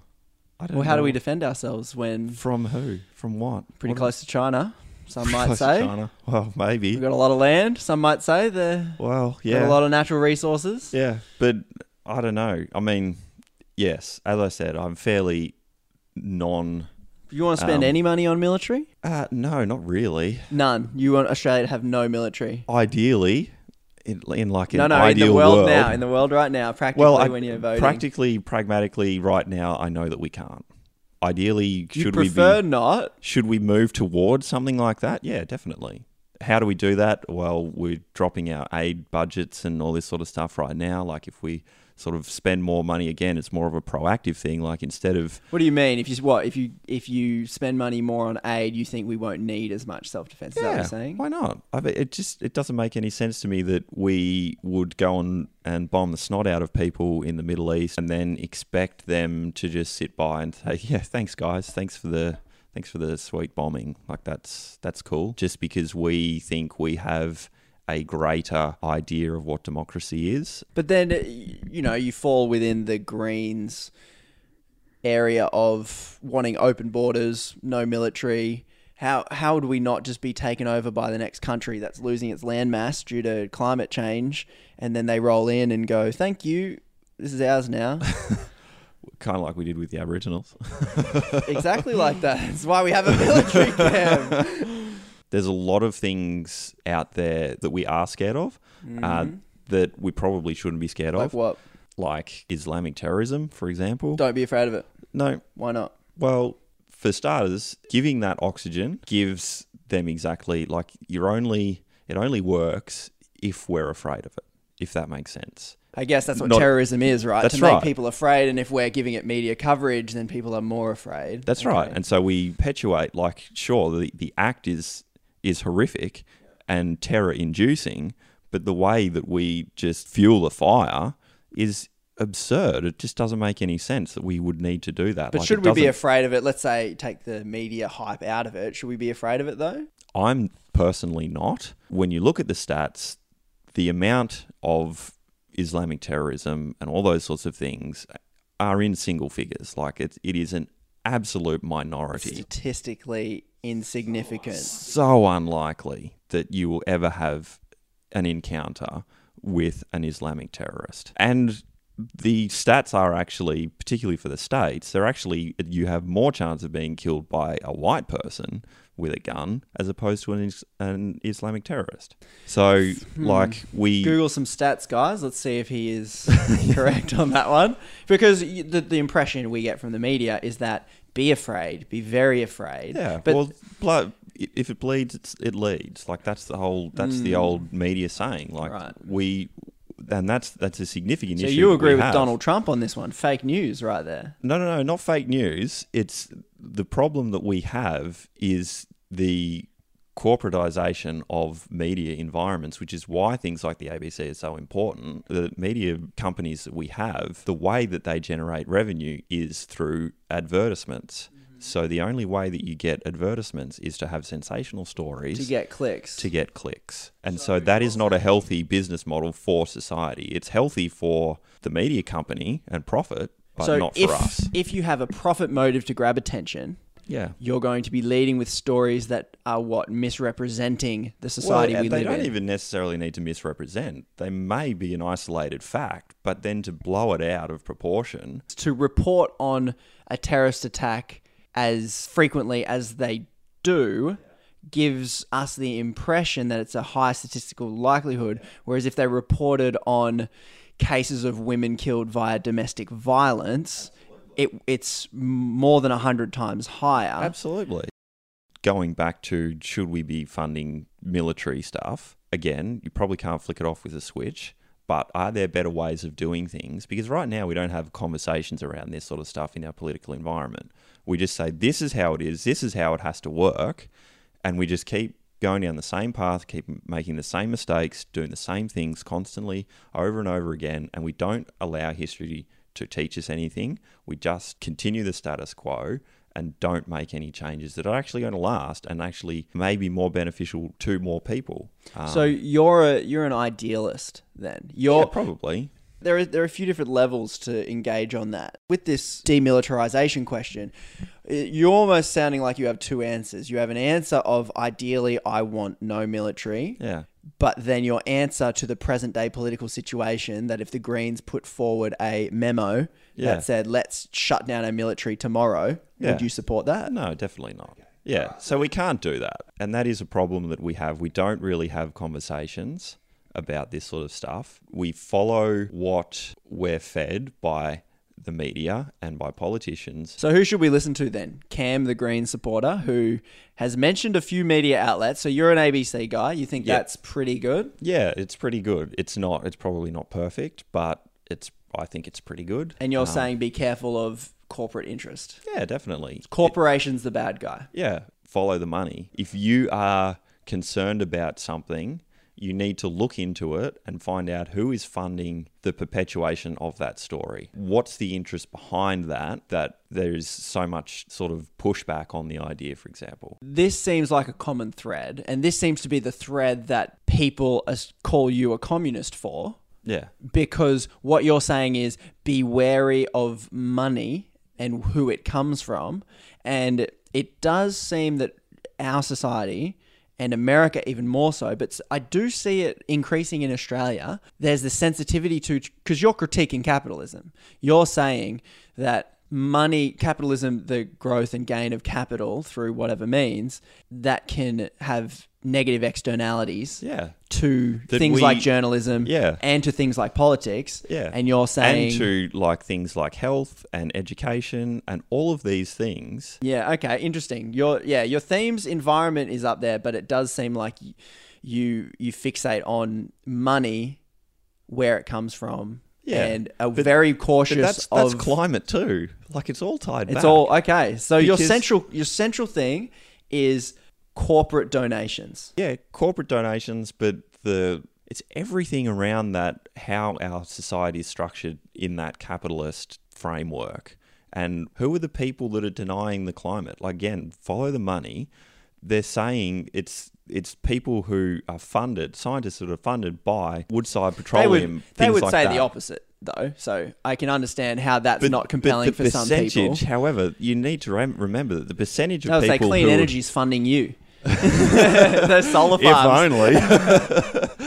H: I don't
A: Well, how do
H: know.
A: we defend ourselves when
H: from who from what
A: pretty
H: What-
A: close to China? Some might
H: close to
A: say
H: China. Well, maybe.
A: we've got a lot of land. Some might say the
H: well,
A: Got
H: yeah.
A: a lot of natural resources.
H: Yeah, but I don't know. I mean, yes, as I said, I'm fairly non.
A: You want to spend
H: Um,
A: any money on military?
H: Uh, no, not really.
A: None. You want Australia to have no military?
H: Ideally, in, in like an
A: no, no. In
H: ideal
A: the world,
H: world
A: now, in the world right now, practically
H: well, I,
A: when you're voting,
H: practically, pragmatically, right now, I know that we can't. Ideally,
A: you
H: should we
A: prefer
H: be,
A: not.
H: should we move towards something like that? Yeah, definitely. How do we do that? Well, we're dropping our aid budgets and all this sort of stuff right now. Like if we sort of spend more money again, it's more of a proactive thing. Like instead of
A: What do you mean? If you what? If you if you spend money more on aid, you think we won't need as much self defense? Is that what you're saying?
H: Why not? I mean, it just it doesn't make any sense to me that we would go and and bomb the snot out of people in the Middle East and then expect them to just sit by and say, "Yeah, thanks guys, thanks for the thanks for the sweet bombing." Like that's that's cool. Just because we think we have a greater idea of what democracy is.
A: But then, uh, you know, you fall within the Greens area of wanting open borders, no military. How how would we not just be taken over by the next country that's losing its landmass due to climate change, and then they roll in and go, "Thank you, this is ours now."
H: Kind of like we did with the Aboriginals.
A: exactly like that. That's why we have a military camp.
H: there's a lot of things out there that we are scared of uh, that we probably shouldn't be scared
A: Mm-hmm. Like
H: of.
A: what?
H: Like Islamic terrorism, for example.
A: Don't be afraid of it.
H: No.
A: Why not?
H: Well, for starters, giving that oxygen gives them exactly like you're only, it only works if we're afraid of it, if that makes sense.
A: I guess that's what
H: Not-
A: terrorism is, right?
H: That's
A: to make
H: right.
A: people afraid, and if we're giving it media coverage, then people are more afraid.
H: That's right. And so we perpetuate like sure the, the act is is horrific and terror inducing, but the way that we just fuel the fire is absurd. It just doesn't make any sense that we would need to do that.
A: But
H: Like,
A: should
H: it
A: we be
H: doesn't-
A: afraid of it? Let's say take the media hype out of it. Should we be afraid of it though?
H: I'm personally not. When you look at the stats, the amount of Islamic terrorism and all those sorts of things are in single figures. Like it, it is an absolute minority.
A: Statistically insignificant.
H: so unlikely that you will ever have an encounter with an Islamic terrorist. And the stats are actually, particularly for the states, they're actually, you have more chance of being killed by a white person with a gun as opposed to an, is- an Islamic terrorist. So, like, we.
A: Hmm. Google some stats, guys. Let's see if he is correct on that one. Because y- the, the impression we get from the media is that be afraid, be very afraid.
H: Yeah,
A: but
H: well, blood. i- If it bleeds, it's, it leads. Like that's the whole. That's the old media saying. Like
A: Hmm. Right.
H: we, and that's that's a significant
A: so
H: issue.
A: you
H: that
A: agree
H: we
A: with
H: have.
A: Donald Trump on this one? Fake news, right there.
H: No, no, no, not fake news. It's the problem that we have is the corporatization of media environments, which is why things like the ABC are so important. The media companies that we have, the way that they generate revenue is through advertisements.
A: Mm-hmm.
H: So the only way that you get advertisements is to have sensational stories
A: To get clicks.
H: to get clicks. And so, that is not a healthy business model for society. It's healthy for the media company and profit, but
A: so
H: not for
A: if
H: us.
A: if you have a profit motive to grab attention,
H: Yeah.
A: you're going to be leading with stories that are what misrepresenting the society
H: well,
A: we
H: and they
A: live
H: don't
A: in.
H: even necessarily need to misrepresent. They may be an isolated fact, but then to blow it out of proportion,
A: to report on a terrorist attack as frequently as they do gives us the impression that it's a high statistical likelihood whereas if they reported on cases of women killed via domestic violence it it's more than 100 times higher
H: Absolutely. Going back to should we be funding military stuff? Again, you probably can't flick it off with a switch, but are there better ways of doing things? Because right now we don't have conversations around this sort of stuff in our political environment. We just say, this is how it is, this is how it has to work. And we just keep going down the same path, keep making the same mistakes, doing the same things constantly over and over again. And we don't allow history to teach us anything. We just continue the status quo and don't make any changes that are actually going to last and actually may be more beneficial to more people. Um,
A: so you're a you're an idealist then you're
H: yeah, probably.
A: there are there are a few different levels to engage on that. With this demilitarization question, it- you're almost sounding like you have two answers. You have an answer of ideally I want no military,
H: Yeah.
A: but then your answer to the present day political situation that if the Greens put forward a memo
H: Yeah.
A: that said let's shut down our military tomorrow,
H: Yeah.
A: would you support that?
H: No, definitely not. Yeah. So we can't do that. And that is a problem that we have. We don't really have conversations about this sort of stuff. We follow what we're fed by the media and by politicians.
A: So who should we listen to then? Cam, the Green supporter, who has mentioned a few media outlets. So you're an ABC guy. You think
H: Yeah.
A: that's pretty good?
H: Yeah, it's pretty good. It's not it's probably not perfect, but it's I think it's pretty good.
A: And you're saying be careful of corporate interest.
H: Yeah, definitely.
A: Corporation's the bad guy.
H: Yeah, follow the money. If you are concerned about something, you need to look into it and find out who is funding the perpetuation of that story. What's the interest behind that? That there's so much sort of pushback on the idea, for example.
A: This seems like a common thread, and this seems to be the thread that people as- call you a communist for
H: Yeah.
A: because what you're saying is be wary of money and who it comes from. And it does seem that our society and America even more so, but I do see it increasing in Australia. There's the sensitivity to, because you're critiquing capitalism. You're saying that money, capitalism, the growth and gain of capital through whatever means, that can have negative externalities
H: Yeah.
A: to
H: That
A: things
H: we-
A: like journalism
H: Yeah.
A: and to things like politics.
H: Yeah.
A: And you're saying
H: And to like things like health and education and all of these things.
A: Yeah, okay, interesting. Your yeah, your themes environment is up there, but it does seem like y- you you fixate on money where it comes from.
H: Yeah,
A: And are
H: but-
A: very
H: But
A: cautious
H: that's that's
A: of
H: climate too. Like it's all tied back.
A: It's all okay. So your
H: Because-
A: central your central thing is corporate donations.
H: yeah, corporate donations, but the it's everything around that how our society is structured in that capitalist framework. And who are the people that are denying the climate? Like again, follow the money. They're saying it's it's people who are funded, scientists that are funded by Woodside
A: They
H: Petroleum.
A: would, they
H: things
A: would
H: like
A: say
H: that.
A: the opposite though, so I can understand how that's not
H: the
A: compelling for some people.
H: percentage, However, you need to rem- remember that the percentage of
A: I would say
H: people
A: clean
H: who are-
A: energy's funding you. the solar
H: if
A: farms.
H: only. Uh,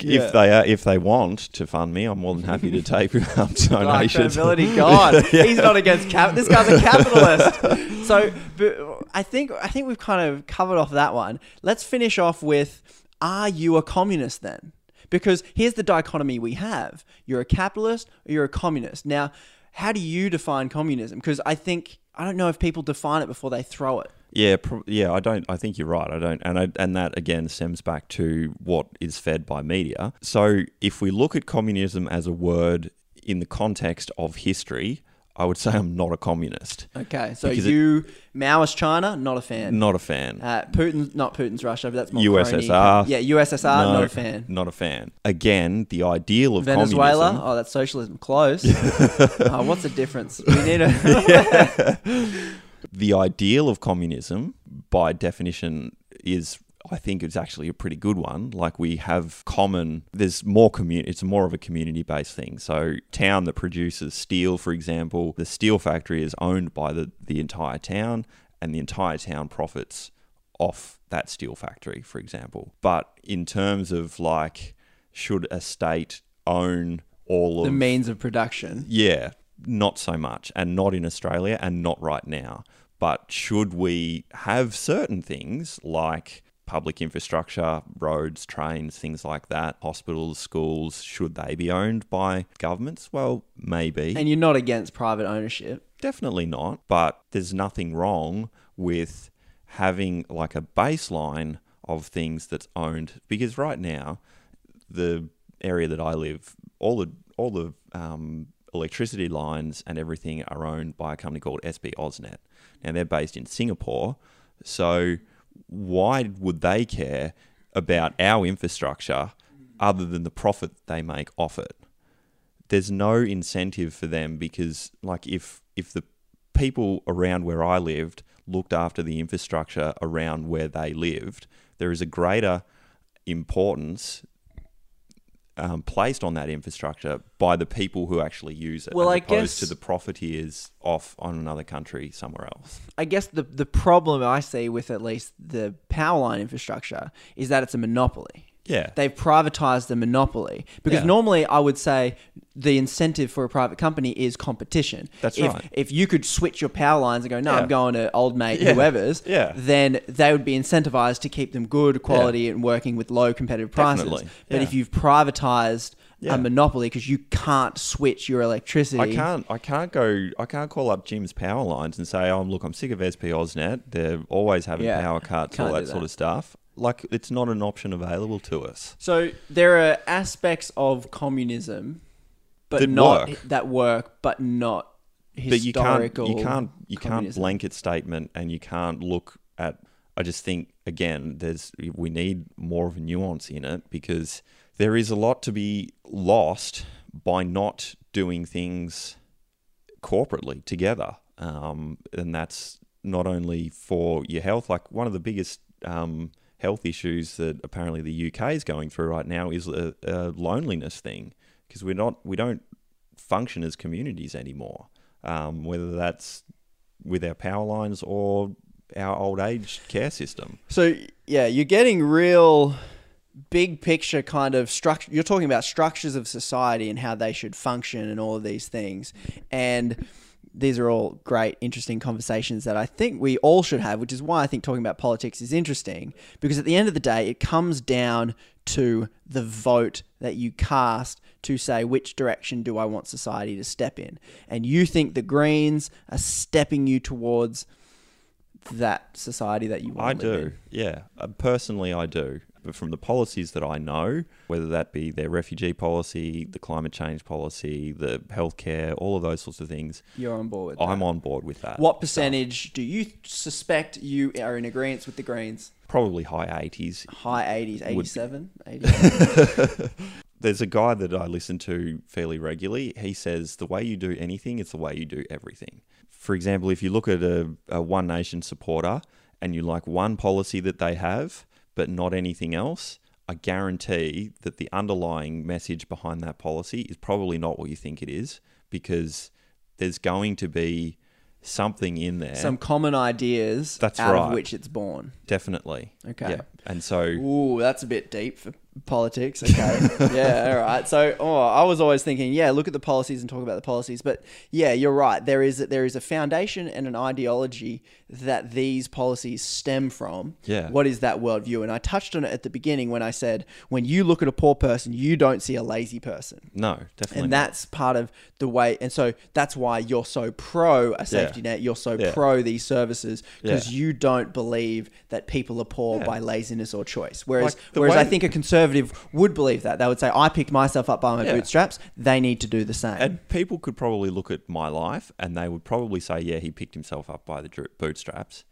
A: Yeah.
H: If they are, if they want to fund me, I'm more than happy to take um,
A: Like,
H: donations.
A: credibility, God, he's not against cap. This guy's a capitalist. so, but I think I think we've kind of covered off that one. Let's finish off with: Are you a communist then? Because here's the dichotomy we have: you're a capitalist or you're a communist. Now, how do you define communism? Because I think I don't know if people define it before they throw it.
H: Yeah, prob yeah. I don't. I think you're right. I don't. And I, and that again stems back to what is fed by media. So if we look at communism as a word in the context of history, I would say I'm not a communist.
A: Okay, so
H: Because it-
A: you Maoist China, not a fan.
H: Not a fan.
A: Uh, Putin, not Putin's Russia, but that's more
H: USSR.
A: crony. Yeah, USSR,
H: No,
A: not a fan.
H: Not a fan. Again, the ideal of
A: Venezuela,
H: communism.
A: oh, that's socialism. Close. oh, what's the difference? We need a.
H: the ideal of communism, by definition, is I think is actually a pretty good one. Like we have common, there's more community, it's more of a community based thing. So, town that produces steel, for example, the steel factory is owned by the, the entire town, and the entire town profits off that steel factory, for example. But in terms of like, should a state own all
A: the
H: of
A: means of production.
H: yeah, not so much, and not in Australia, and not right now. But should we have certain things like public infrastructure, roads, trains, things like that, hospitals, schools, should they be owned by governments? Well, maybe.
A: And you're not against private ownership.
H: Definitely not, but there's nothing wrong with having like a baseline of things that's owned because right now the area that I live, all the all the um, electricity lines and everything are owned by a company called SB Ausnet. Now they're based in Singapore, so why would they care about our infrastructure other than the profit they make off it? there's no incentive for them because like if if the people around where I lived looked after the infrastructure around where they lived, there is a greater importance um, placed on that infrastructure by the people who actually use it,
A: Well,
H: as
A: I
H: opposed
A: guess-
H: to the profiteers off on another country somewhere else.
A: I guess the the problem I see with at least the power line infrastructure is that it's a monopoly.
H: Yeah.
A: They've privatized the monopoly because
H: Yeah.
A: normally I would say the incentive for a private company is competition.
H: That's
A: if,
H: right.
A: If you could switch your power lines and go, no,
H: Yeah.
A: I'm going to old mate
H: Yeah.
A: whoever's,
H: Yeah.
A: then they would be incentivized to keep them good quality and working with low competitive prices.
H: Definitely.
A: But
H: Yeah.
A: if you've privatized
H: Yeah.
A: a monopoly because you can't switch your electricity,
H: I can't. I can't go. I can't call up Jim's power lines and say, "Oh, look, I'm sick of SP Ausnet. They're always having
A: Yeah,
H: power cuts,
A: can't
H: all that,
A: do
H: sort
A: that.
H: of stuff." Like, it's not an option available to us.
A: So there are aspects of communism, but
H: That
A: not
H: work.
A: that work, but not
H: But you can't.
A: historical.
H: You can't. You can't
A: communism.
H: blanket statement, and you can't look at. I just think again, there's we need more of a nuance in it because there is a lot to be lost by not doing things corporately together. Um, and that's not only for your health, like one of the biggest um, health issues that apparently the UK is going through right now is a, a loneliness thing because we're not, we don't function as communities anymore, um, whether that's with our power lines or our old age care system.
A: So yeah, you're getting real big picture kind of structure. You're talking about structures of society and how they should function and all of these things. And these are all great, interesting conversations that I think we all should have, which is why I think talking about politics is interesting because at the end of the day, it comes down to the vote that you cast to say which direction do I want society to step in. And you think the Greens are stepping you towards that society that you want
H: I
A: to live
H: do.
A: in.
H: Yeah, Uh, personally, I do. But from the policies that I know, whether that be their refugee policy, the climate change policy, the healthcare, all of those sorts of things,
A: You're on board. With that.
H: I'm on board with that.
A: What percentage do you suspect you are in agreement with the Greens?
H: Probably high eighties.
A: High 80s,
H: be-
A: 87, 87.
H: There's a guy that I listen to fairly regularly. He says the way you do anything is the way you do everything. For example, if you look at a, a One Nation supporter and you like one policy that they have, but not anything else, I guarantee that the underlying message behind that policy is probably not what you think it is because there's going to be something in there.
A: Some common ideas
H: That's
A: out of
H: right.
A: which it's born.
H: definitely.
A: Okay.
H: Yeah. And so
A: Ooh, that's a bit deep for politics. Okay. yeah, all right. So, oh, I was always thinking, yeah, look at the policies and talk about the policies, but yeah, you're right. There is there is a foundation and an ideology that these policies stem from.
H: Yeah.
A: What is that worldview? And I touched on it at the beginning when I said, when you look at a poor person, you don't see a lazy person.
H: no,
A: and
H: definitely. not.
A: that's part of the way and so that's why you're so pro a safety net you're so
H: Yeah.
A: pro these services because
H: Yeah.
A: you don't believe that people are poor by laziness or choice whereas
H: Like, the
A: whereas
H: way-
A: i think a conservative would believe that they would say i picked myself up by my
H: Yeah.
A: bootstraps they need to do the same
H: And people could probably look at my life and they would probably say, yeah, he picked himself up by the dr- bootstraps.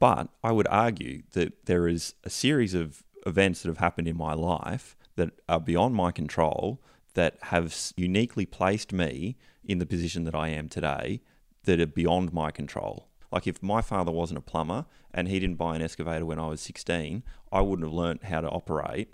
H: But I would argue that there is a series of events that have happened in my life that are beyond my control that have s- uniquely placed me in the position that I am today that are beyond my control. Like if my father wasn't a plumber and he didn't buy an excavator when I was 16, I wouldn't have learnt how to operate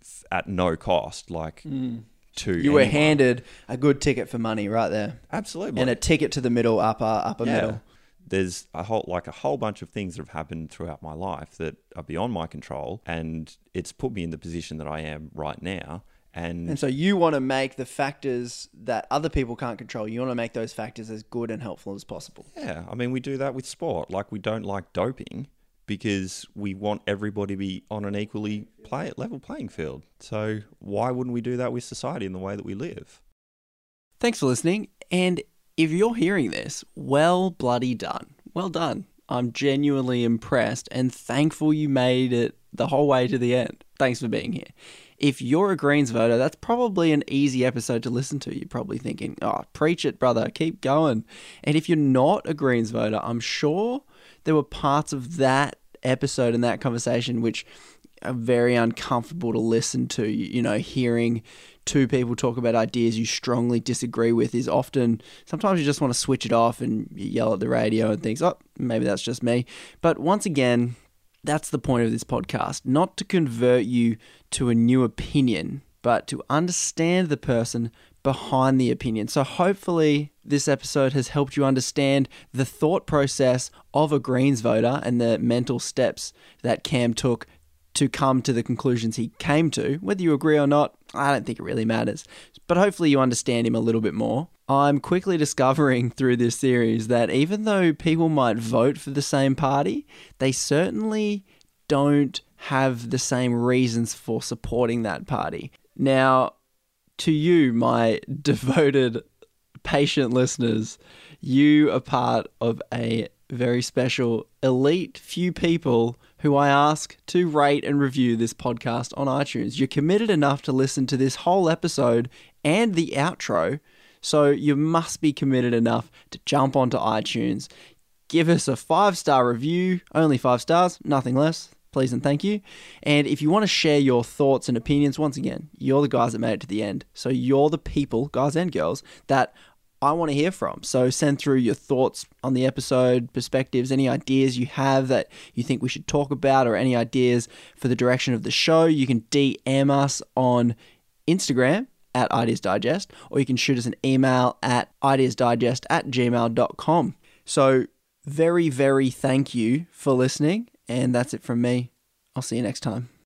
H: f- at no cost. Like to
A: Mm. You were
H: anyone.
A: handed a good ticket for money right there.
H: absolutely
A: And a ticket to the middle, upper, upper middle.
H: There's a whole like a whole bunch of things that have happened throughout my life that are beyond my control, and it's put me in the position that I am right now. And,
A: And so you want to make the factors that other people can't control, you want to make those factors as good and helpful as possible.
H: yeah, I mean, we do that with sport. Like we don't like doping because we want everybody to be on an equally play level playing field. So why wouldn't we do that with society in the way that we live?
A: Thanks for listening. And if you're hearing this, well bloody done. Well done. I'm genuinely impressed and thankful you made it the whole way to the end. Thanks for being here. If you're a Greens voter, that's probably an easy episode to listen to. You're probably thinking, oh, preach it, brother, keep going. And if you're not a Greens voter, I'm sure there were parts of that episode and that conversation which are very uncomfortable to listen to. You you know, hearing two people talk about ideas you strongly disagree with is often sometimes you just want to switch it off and you yell at the radio and things. Oh, maybe that's just me. But once again, that's the point of this podcast, not to convert you to a new opinion, but to understand the person behind the opinion. So hopefully this episode has helped you understand the thought process of a Greens voter and the mental steps that Cam took to come to the conclusions he came to. Whether you agree or not, I don't think it really matters. But hopefully, you understand him a little bit more. I'm quickly discovering through this series that even though people might vote for the same party, they certainly don't have the same reasons for supporting that party. Now, to you, my devoted, patient listeners, you are part of a very special elite few people who I ask to rate and review this podcast on iTunes. You're committed enough to listen to this whole episode and the outro, so you must be committed enough to jump onto iTunes, give us a five star review, only five stars, nothing less. Please and thank you. And if you want to share your thoughts and opinions, once again, you're the guys that made it to the end. So you're the people, guys and girls, that I want to hear from. So send through your thoughts on the episode, perspectives, any ideas you have that you think we should talk about, or any ideas for the direction of the show. You can DM us on Instagram at Ideas Digest, or you can shoot us an email at ideasdigest at gmail.com. So, very, very thank you for listening. And that's it from me. I'll see you next time.